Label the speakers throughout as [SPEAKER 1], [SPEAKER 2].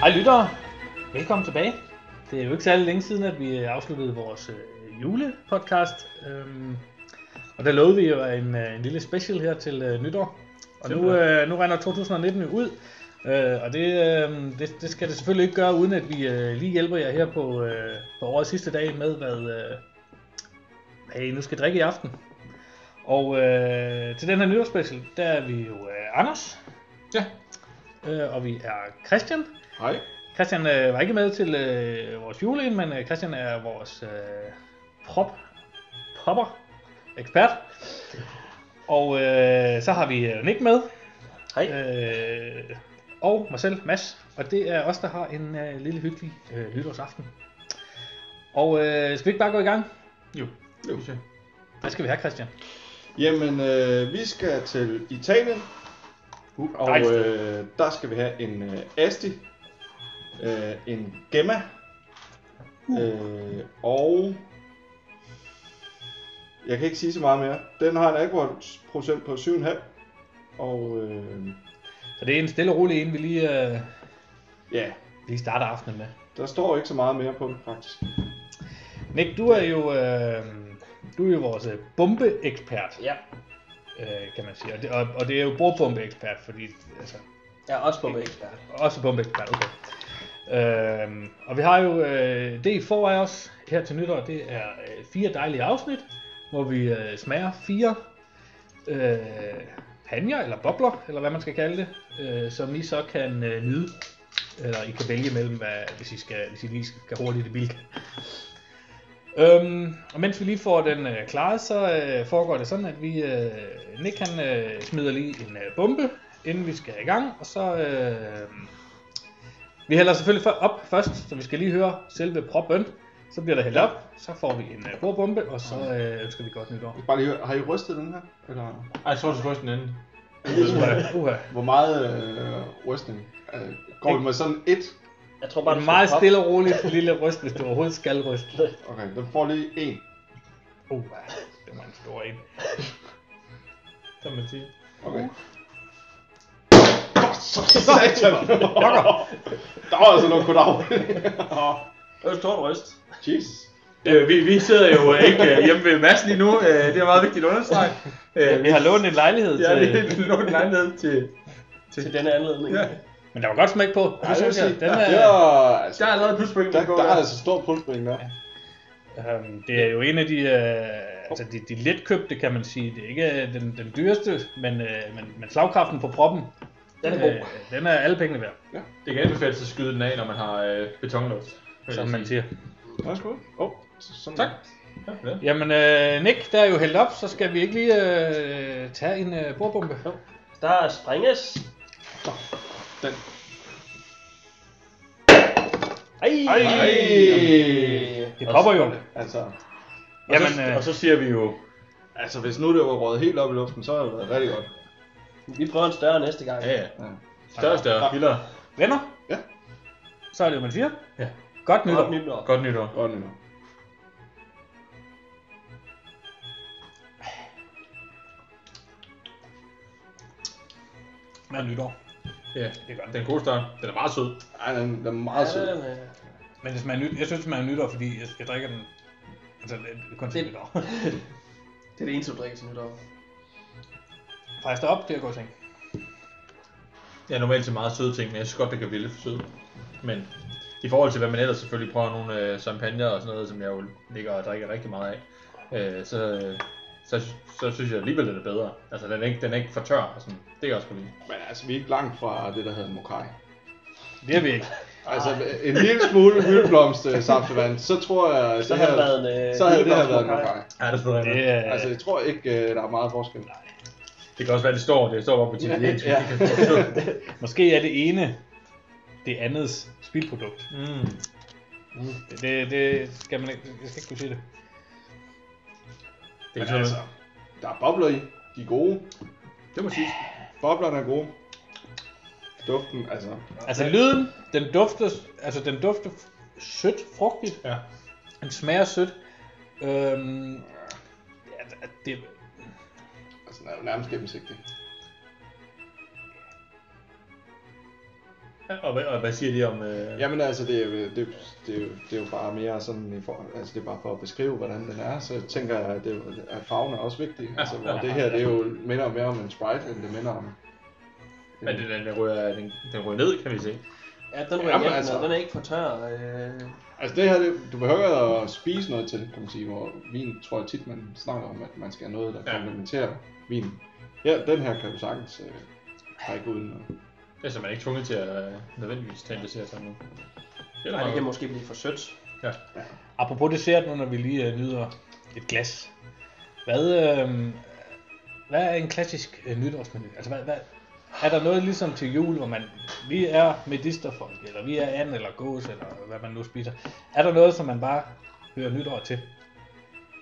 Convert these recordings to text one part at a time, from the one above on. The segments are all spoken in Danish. [SPEAKER 1] Hej lyttere, velkommen tilbage. Det er jo ikke særlig længe siden, at vi øh, afsluttede vores øh, julepodcast. Øhm, og der lovede vi jo en, øh, en lille special her til øh, nytår. Og nu, øh, nu render 2019 jo ud, øh, og det, øh, det, det skal det selvfølgelig ikke gøre, uden at vi øh, lige hjælper jer her på, øh, på årets sidste dag med, hvad, øh, hvad I nu skal drikke i aften. Og øh, til den her nytårsspecial, der er vi jo øh, Anders,
[SPEAKER 2] Ja.
[SPEAKER 1] øh, og vi er Christian,
[SPEAKER 2] Hej.
[SPEAKER 1] Christian øh, var ikke med til øh, vores julein, men øh, Christian er vores øh, prop, popper, ekspert. Og øh, så har vi øh, Nick med.
[SPEAKER 2] Hej.
[SPEAKER 1] Øh, og mig selv, Mads. Og det er os, der har en øh, lille hyggelig øh, nytårsaften. Og øh, skal vi ikke bare gå i gang?
[SPEAKER 2] Jo. Jo. synes jeg.
[SPEAKER 1] Hvad skal vi have, Christian?
[SPEAKER 3] Jamen, øh, vi skal til Italien,
[SPEAKER 2] Uh,
[SPEAKER 3] og
[SPEAKER 1] Dejligt
[SPEAKER 3] øh, der skal vi have en øh, Asti, øh, en Gemma,
[SPEAKER 2] Uh.
[SPEAKER 3] øh, og jeg kan ikke sige så meget mere. Den har en alkoholprocent på 7,5, og øh,
[SPEAKER 1] Så det er en stille og rolig en, vi lige, øh,
[SPEAKER 3] ja,
[SPEAKER 1] lige starter aftenen med.
[SPEAKER 3] der står ikke så meget mere på den faktisk.
[SPEAKER 1] Nick, du er jo, øh, du er jo vores øh, bombeekspert.
[SPEAKER 2] Ja.
[SPEAKER 1] øh, kan man sige. Og det, og, og det er jo bordbombeekspert, fordi altså,
[SPEAKER 2] Jeg er også bombeekspert.
[SPEAKER 1] også bombeekspert, okay. Øhm, og vi har jo øh, det foran os her til nytår, det er øh, fire dejlige afsnit, hvor vi øh, smager fire øh, panjer, eller bobler, eller hvad man skal kalde det, øh, som I så kan øh, nyde, eller I kan vælge mellem, hvad, hvis, I skal, hvis I lige skal hurtigt i bilka. Øhm, og mens vi lige får den øh, klaret, så øh, foregår det sådan, at vi, øh, Nick han øh, smider lige en øh, bombe, inden vi skal i gang, og så... Øh, vi hælder selvfølgelig før- op først, så vi skal lige høre selve proppen. Så bliver der hældt op, så får vi en øh, bordbombe, og så øh, ønsker vi godt nytår.
[SPEAKER 3] Bare lige, høre, har I rystet den her? Eller?
[SPEAKER 2] Ej, så er du først den anden.
[SPEAKER 1] Uha, uha.
[SPEAKER 3] Hvor meget øh, rystning? Øh, går vi med sådan et?
[SPEAKER 4] Jeg tror bare,
[SPEAKER 1] En
[SPEAKER 4] det
[SPEAKER 1] meget
[SPEAKER 4] skal
[SPEAKER 1] stille og roligt lille ryst, hvis du overhovedet skal ryste.
[SPEAKER 3] Okay, den får lige en.
[SPEAKER 1] Uha, det var en stor en.
[SPEAKER 2] Kan man sige.
[SPEAKER 3] Okay. Så satan! Der var altså noget goddag.
[SPEAKER 4] op. Øst hårdt ryst.
[SPEAKER 3] Jesus.
[SPEAKER 2] Øh, vi, vi sidder jo øh, ikke øh, hjemme ved Mads lige nu. Øh, det er meget vigtigt at understrege. Øh,
[SPEAKER 1] Vi har lånt en lejlighed
[SPEAKER 2] Ja, vi
[SPEAKER 1] til...
[SPEAKER 2] har lånt en lejlighed til...
[SPEAKER 4] Til denne anledning.
[SPEAKER 2] Ja.
[SPEAKER 1] Men der var godt smæk på.
[SPEAKER 3] Ja,
[SPEAKER 1] Det
[SPEAKER 3] det vil
[SPEAKER 1] synes jeg.
[SPEAKER 3] sige,
[SPEAKER 1] Den
[SPEAKER 3] der,
[SPEAKER 1] er,
[SPEAKER 2] Der
[SPEAKER 3] altså,
[SPEAKER 2] er allerede pluspoint.
[SPEAKER 3] der, der er altså stor pulsbring der.
[SPEAKER 1] øhm, det er jo en af de, øh, altså de, de letkøbte, kan man sige. Det er ikke øh, den, den dyreste, men, øh, men, men slagkraften på proppen,
[SPEAKER 4] Den er
[SPEAKER 1] øh,
[SPEAKER 4] god.
[SPEAKER 1] den er alle pengene værd,
[SPEAKER 2] Det kan anbefales at skyde den af, når man har øh, betonlås.
[SPEAKER 1] som man siger.
[SPEAKER 3] Værsgo. Oh, sådan.
[SPEAKER 2] Tak. Ja, ja.
[SPEAKER 1] Jamen, øh, Nick, der er jo hældt op, så skal vi ikke lige øh, tage en øh, bordbombe? Jo.
[SPEAKER 4] Der springes.
[SPEAKER 3] Den.
[SPEAKER 4] Ej!
[SPEAKER 1] Ej! Det popper jo.
[SPEAKER 3] Altså,
[SPEAKER 1] Jamen, øh,
[SPEAKER 2] Og så siger vi jo...
[SPEAKER 3] altså, hvis nu det var røget helt op i luften, så havde det været rigtig godt.
[SPEAKER 4] Vi prøver en større næste gang.
[SPEAKER 2] Ja, ja. Større, større. Vildere.
[SPEAKER 1] venner?
[SPEAKER 3] Ja.
[SPEAKER 1] Så er det jo, man siger.
[SPEAKER 2] Ja.
[SPEAKER 1] Godt nytår.
[SPEAKER 4] Godt nytår.
[SPEAKER 2] Godt nytår.
[SPEAKER 3] Godt nu.
[SPEAKER 1] Godt nytår.
[SPEAKER 2] Ja,
[SPEAKER 1] Det gør den.
[SPEAKER 2] den gode start. Den er meget sød.
[SPEAKER 3] Ej, den, den er
[SPEAKER 4] Ja,
[SPEAKER 3] meget sød.
[SPEAKER 4] den, øh,
[SPEAKER 1] Men det smager nyt. Jeg synes, det smager nytår, fordi jeg, jeg drikker den altså, det er kun til
[SPEAKER 4] Det-
[SPEAKER 1] nytår.
[SPEAKER 4] det er det eneste, du drikker til nytår.
[SPEAKER 1] Fra jeg står op, det er godt ting.
[SPEAKER 2] Jeg er normalt til meget søde ting, men jeg synes godt, det kan blive lidt for sødt. Men i forhold til, hvad man ellers selvfølgelig prøver nogle øh, champagne og sådan noget, som jeg jo ligger og drikker rigtig meget af, øh, så, øh, så, så synes jeg alligevel, den er bedre. Altså, den er ikke, den er ikke for tør. Og sådan. Det kan jeg også godt lide.
[SPEAKER 3] Men altså, vi er ikke langt fra det, der hedder en mokai.
[SPEAKER 1] Det er vi ikke.
[SPEAKER 3] Altså, en lille smule hyldeblomst øh, saftevand, så tror jeg,
[SPEAKER 4] Så
[SPEAKER 3] det
[SPEAKER 4] har
[SPEAKER 3] her,
[SPEAKER 4] det været en... Øh,
[SPEAKER 3] så havde det her været en
[SPEAKER 4] hvidløgsmokai.
[SPEAKER 3] mokai.
[SPEAKER 2] Ja, det er selvfølgelig
[SPEAKER 1] Det,
[SPEAKER 2] det,
[SPEAKER 1] øh,
[SPEAKER 3] Altså,
[SPEAKER 1] altså,
[SPEAKER 3] jeg tror ikke, øh, der er meget forskel.
[SPEAKER 2] det kan også være, det står, det står op på italiensk.
[SPEAKER 3] Ja.
[SPEAKER 2] Ja.
[SPEAKER 1] måske er det ene det andets spildprodukt. Mm.
[SPEAKER 2] mm.
[SPEAKER 1] Det, det, det skal man ikke, jeg skal ikke kunne sige det.
[SPEAKER 2] Det er
[SPEAKER 3] Men
[SPEAKER 2] sådan
[SPEAKER 3] altså,
[SPEAKER 2] noget.
[SPEAKER 3] der er bobler i. De er gode.
[SPEAKER 2] Det må siges.
[SPEAKER 3] Boblerne er gode. Duften, altså.
[SPEAKER 1] Altså lyden, den dufter, altså den dufter sødt, frugtigt.
[SPEAKER 2] Ja.
[SPEAKER 1] Den smager sødt. Øhm, ja, det,
[SPEAKER 3] altså den er jo nærmest gennemsigtig.
[SPEAKER 2] Og, hvad- og hvad siger de om... Øh,
[SPEAKER 3] Jamen altså, det er, jo- det, det, er jo, det er jo bare mere sådan, i for, altså det er bare for at beskrive, hvordan den er, så jeg tænker jeg, at, det, er jo- at farven er også vigtig. Altså, hvor det her, det er jo minder mere om en Sprite, end det minder om...
[SPEAKER 2] men den, den, rører, den, den rører ned, kan vi se.
[SPEAKER 4] Ja, den ryger
[SPEAKER 3] Jamen,
[SPEAKER 4] hjem,
[SPEAKER 3] altså.
[SPEAKER 4] altså. den er ikke for tør. Øh,
[SPEAKER 3] Altså det her, det, du behøver at spise noget til, kan man sige, hvor vin, tror jeg tit, man snakker om, at man skal have noget, der
[SPEAKER 2] Ja.
[SPEAKER 3] ja. komplementerer vin. Ja, den her kan du sagtens øh, trække uden. Og,
[SPEAKER 2] Det er så man er ikke tvunget til at øh, nødvendigvis tage en dessert sammen. nu. Det er da
[SPEAKER 4] nej, det
[SPEAKER 2] meget
[SPEAKER 4] kan
[SPEAKER 2] godt.
[SPEAKER 4] måske blive for sødt.
[SPEAKER 1] Apropos dessert, nu når vi lige øh, nyder et glas. Hvad, øh, hvad er en klassisk øh, nytårsmenu? Altså, hvad, hvad, er der noget ligesom til jul, hvor man, vi er medisterfolk, eller vi er and eller gås, eller hvad man nu spiser. Er der noget, som man bare hører nytår til?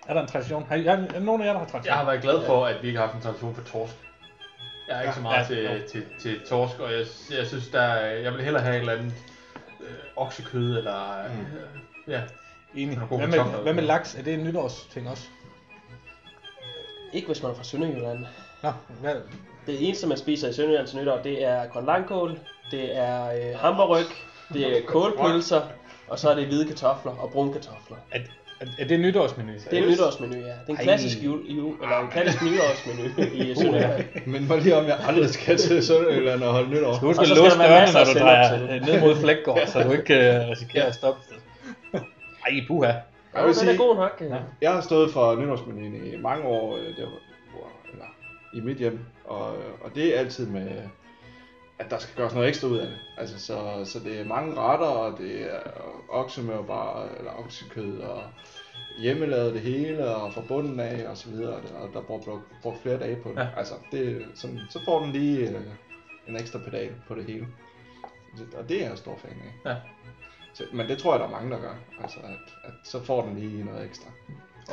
[SPEAKER 1] Er der en tradition? Har, I- er, er nogen af jer, der har tradition?
[SPEAKER 2] Jeg har været glad for, at vi ikke har haft en tradition for torsk. Jeg er ikke så meget
[SPEAKER 1] Ja,
[SPEAKER 2] ja, til,
[SPEAKER 1] jo.
[SPEAKER 2] til, til torsk, og jeg, jeg synes, der er, jeg vil hellere have et eller andet øh, oksekød, eller... Øh,
[SPEAKER 3] Mm.
[SPEAKER 2] ja.
[SPEAKER 1] Enig.
[SPEAKER 2] Er der gode
[SPEAKER 1] Hvad
[SPEAKER 2] kartofler?
[SPEAKER 1] med, hvad med laks? Er det en nytårsting også?
[SPEAKER 4] Ikke hvis man er fra Sønderjylland.
[SPEAKER 1] Nå, hvad,
[SPEAKER 4] Det eneste, man spiser i Sønderjylland til nytår, det er grønlangkål, det er øh, hammerryg, det er kålpølser, og så er det hvide kartofler og brune kartofler.
[SPEAKER 1] er, er, er det nytårsmenu?
[SPEAKER 4] Det er en nytårsmenu, ja. Det er en
[SPEAKER 1] Ej.
[SPEAKER 4] klassisk jul, jul eller en klassisk nytårsmenu i Sønderjylland.
[SPEAKER 3] men hvor lige om jeg aldrig skal til Sønderjylland og holde nytår.
[SPEAKER 1] Du
[SPEAKER 4] Og
[SPEAKER 1] skal
[SPEAKER 4] så skal
[SPEAKER 1] låse
[SPEAKER 4] der være
[SPEAKER 1] dørene,
[SPEAKER 4] masser
[SPEAKER 1] når
[SPEAKER 4] af
[SPEAKER 1] du
[SPEAKER 4] sennep
[SPEAKER 1] drejer
[SPEAKER 4] til.
[SPEAKER 1] øh, ned mod Flækgaard, så du ikke øh, risikerer at stoppe sted. Ej, puha.
[SPEAKER 4] Ja, den er god nok. Ja.
[SPEAKER 3] Jeg har stået for nytårsmenuen i mange år øh, der, hvor- hvor, eller, i mit hjem, og, øh, og det er altid med, at der skal gøres noget ekstra ud af det. Altså, så, så det er mange retter, og det er oksemørbar, eller oksekød, og hjemmelavet det hele, og fra bunden af, og så videre, og der brugt, brugt, brugt flere dage på det.
[SPEAKER 2] Ja.
[SPEAKER 3] Ja. Altså, det, sådan, så får den lige øh, en ekstra pedal på det hele. Og det er jeg stor fan af.
[SPEAKER 2] Ja.
[SPEAKER 3] Så, men det tror jeg, der er mange, der gør. Altså, at, at så får den lige noget ekstra.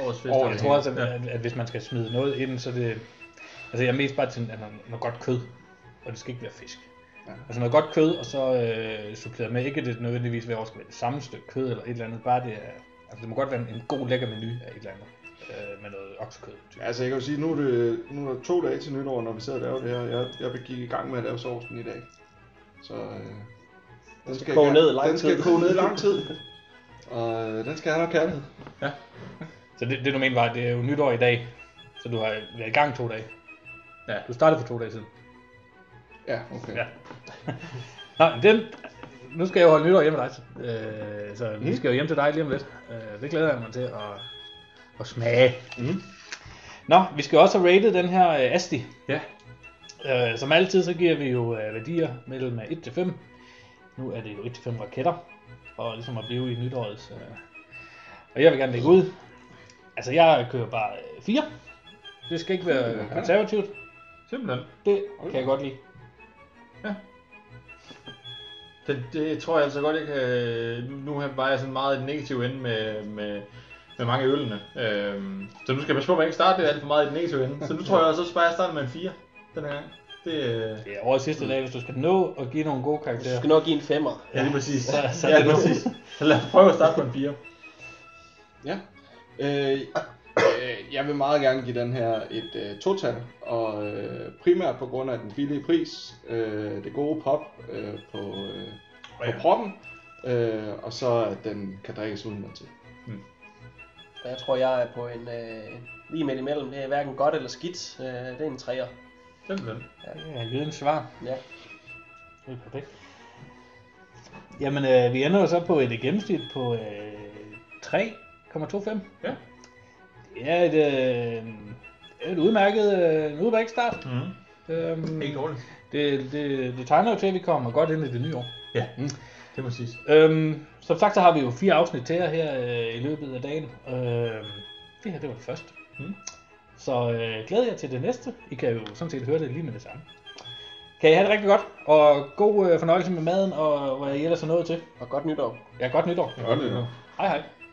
[SPEAKER 2] Årets fest.
[SPEAKER 3] Årets
[SPEAKER 1] Jeg tror også, at,
[SPEAKER 2] Ja.
[SPEAKER 1] at, at hvis man skal smide noget ind, så er det... Altså, jeg er mest bare til at man, noget godt kød, og det skal ikke være fisk.
[SPEAKER 3] Ja.
[SPEAKER 1] Altså noget godt kød, og så øh, suppleret med, ikke at det nødvendigvis hver år skal være det samme stykke kød eller et eller andet, bare det er, altså det må godt være en, en god lækker menu af et eller andet, øh, med noget oksekød.
[SPEAKER 3] Ja, Altså, jeg kan jo sige, nu er, det, nu er der to dage til nytår, når vi sidder og laver det her. Jeg, jeg gik i gang med at lave sovsen i dag. Så øh, den skal,
[SPEAKER 4] koge ned i lang
[SPEAKER 3] den skal
[SPEAKER 4] tid.
[SPEAKER 3] koge ned i lang tid. Og øh, den skal have noget kærlighed.
[SPEAKER 1] Så det, det du mener var, at det er jo nytår i dag, så du har været i gang to dage.
[SPEAKER 2] Ja.
[SPEAKER 1] Du startede for to dage siden.
[SPEAKER 3] Ja, okay.
[SPEAKER 1] Ja. Nå, men den, nu skal jeg jo holde nytår hjemme med dig, så- øh, så vi
[SPEAKER 3] Mm.
[SPEAKER 1] skal jo hjem til dig lige om lidt. Øh, det glæder jeg mig til at, at smage.
[SPEAKER 3] Mm.
[SPEAKER 1] Nå, vi skal også have rated den her øh, Asti.
[SPEAKER 2] Ja.
[SPEAKER 1] Øh, som altid, så giver vi jo øh, værdier mellem 1 til 5. Nu er det jo 1 til 5 raketter, og ligesom at blive i nytårets. Øh. Og jeg vil gerne lægge ud. Altså, jeg kører bare 4. Det skal ikke være
[SPEAKER 3] Mm.
[SPEAKER 1] øh, konservativt.
[SPEAKER 2] Simpelthen.
[SPEAKER 1] Det kan jeg godt lide.
[SPEAKER 2] Det, det tror jeg altså godt, jeg kan... Nu her var jeg sådan meget i den negative ende med, med, med mange af ølene. Øhm, så nu skal jeg passe på, at man ikke starter alt for meget i den negative ende. Så nu tror jeg også, at jeg starter med en 4 den her gang. Det, øh,
[SPEAKER 1] Det er over
[SPEAKER 3] Mm.
[SPEAKER 1] sidste dag, hvis du skal nå at give nogle gode
[SPEAKER 4] Hvis
[SPEAKER 1] karakterer.
[SPEAKER 4] du skal nok give en femmer.
[SPEAKER 2] ja, lige præcis.
[SPEAKER 1] Så- så
[SPEAKER 2] ja,
[SPEAKER 1] det er
[SPEAKER 2] lige
[SPEAKER 1] nu.
[SPEAKER 2] præcis. Så lad os prøve at starte på en 4.
[SPEAKER 3] Ja. Øh, øh, jeg vil meget gerne give den her et øh, total, og øh, primært på grund af den billige pris, øh, det gode pop øh, på, øh, på
[SPEAKER 2] Ja.
[SPEAKER 3] proppen, øh, og så at den kan drikkes uden til.
[SPEAKER 4] Og jeg tror, jeg er på en øh, lige midt imellem. Det er hverken godt eller skidt. Øh, det er en træer.
[SPEAKER 2] Simpelthen.
[SPEAKER 1] Ja, jødens svar.
[SPEAKER 4] Ja.
[SPEAKER 1] Det er perfekt. Jamen, øh, vi ender jo så på et gennemsnit på øh, 3,25.
[SPEAKER 2] Ja.
[SPEAKER 1] Det er et, øh, det er et udmærket, øh, en udmærket start.
[SPEAKER 2] Mm.
[SPEAKER 1] Øhm,
[SPEAKER 2] Ikke dårligt.
[SPEAKER 1] det, det, det tegner jo til, at vi kommer godt ind i det nye år.
[SPEAKER 2] Ja, det er præcis.
[SPEAKER 1] Øhm, som sagt, så har vi jo fire afsnit til jer her øh, i løbet af dagen. Øhm, det her, det var det første.
[SPEAKER 2] Mm.
[SPEAKER 1] Så øh, glæder jeg til det næste. I kan jo sådan set høre det lige med det samme. Kan I have det rigtig godt, og god øh, fornøjelse med maden, og hvad I ellers er nået til.
[SPEAKER 4] Og godt nytår.
[SPEAKER 1] Ja, godt nytår.
[SPEAKER 2] Godt, det er.
[SPEAKER 1] Hej hej.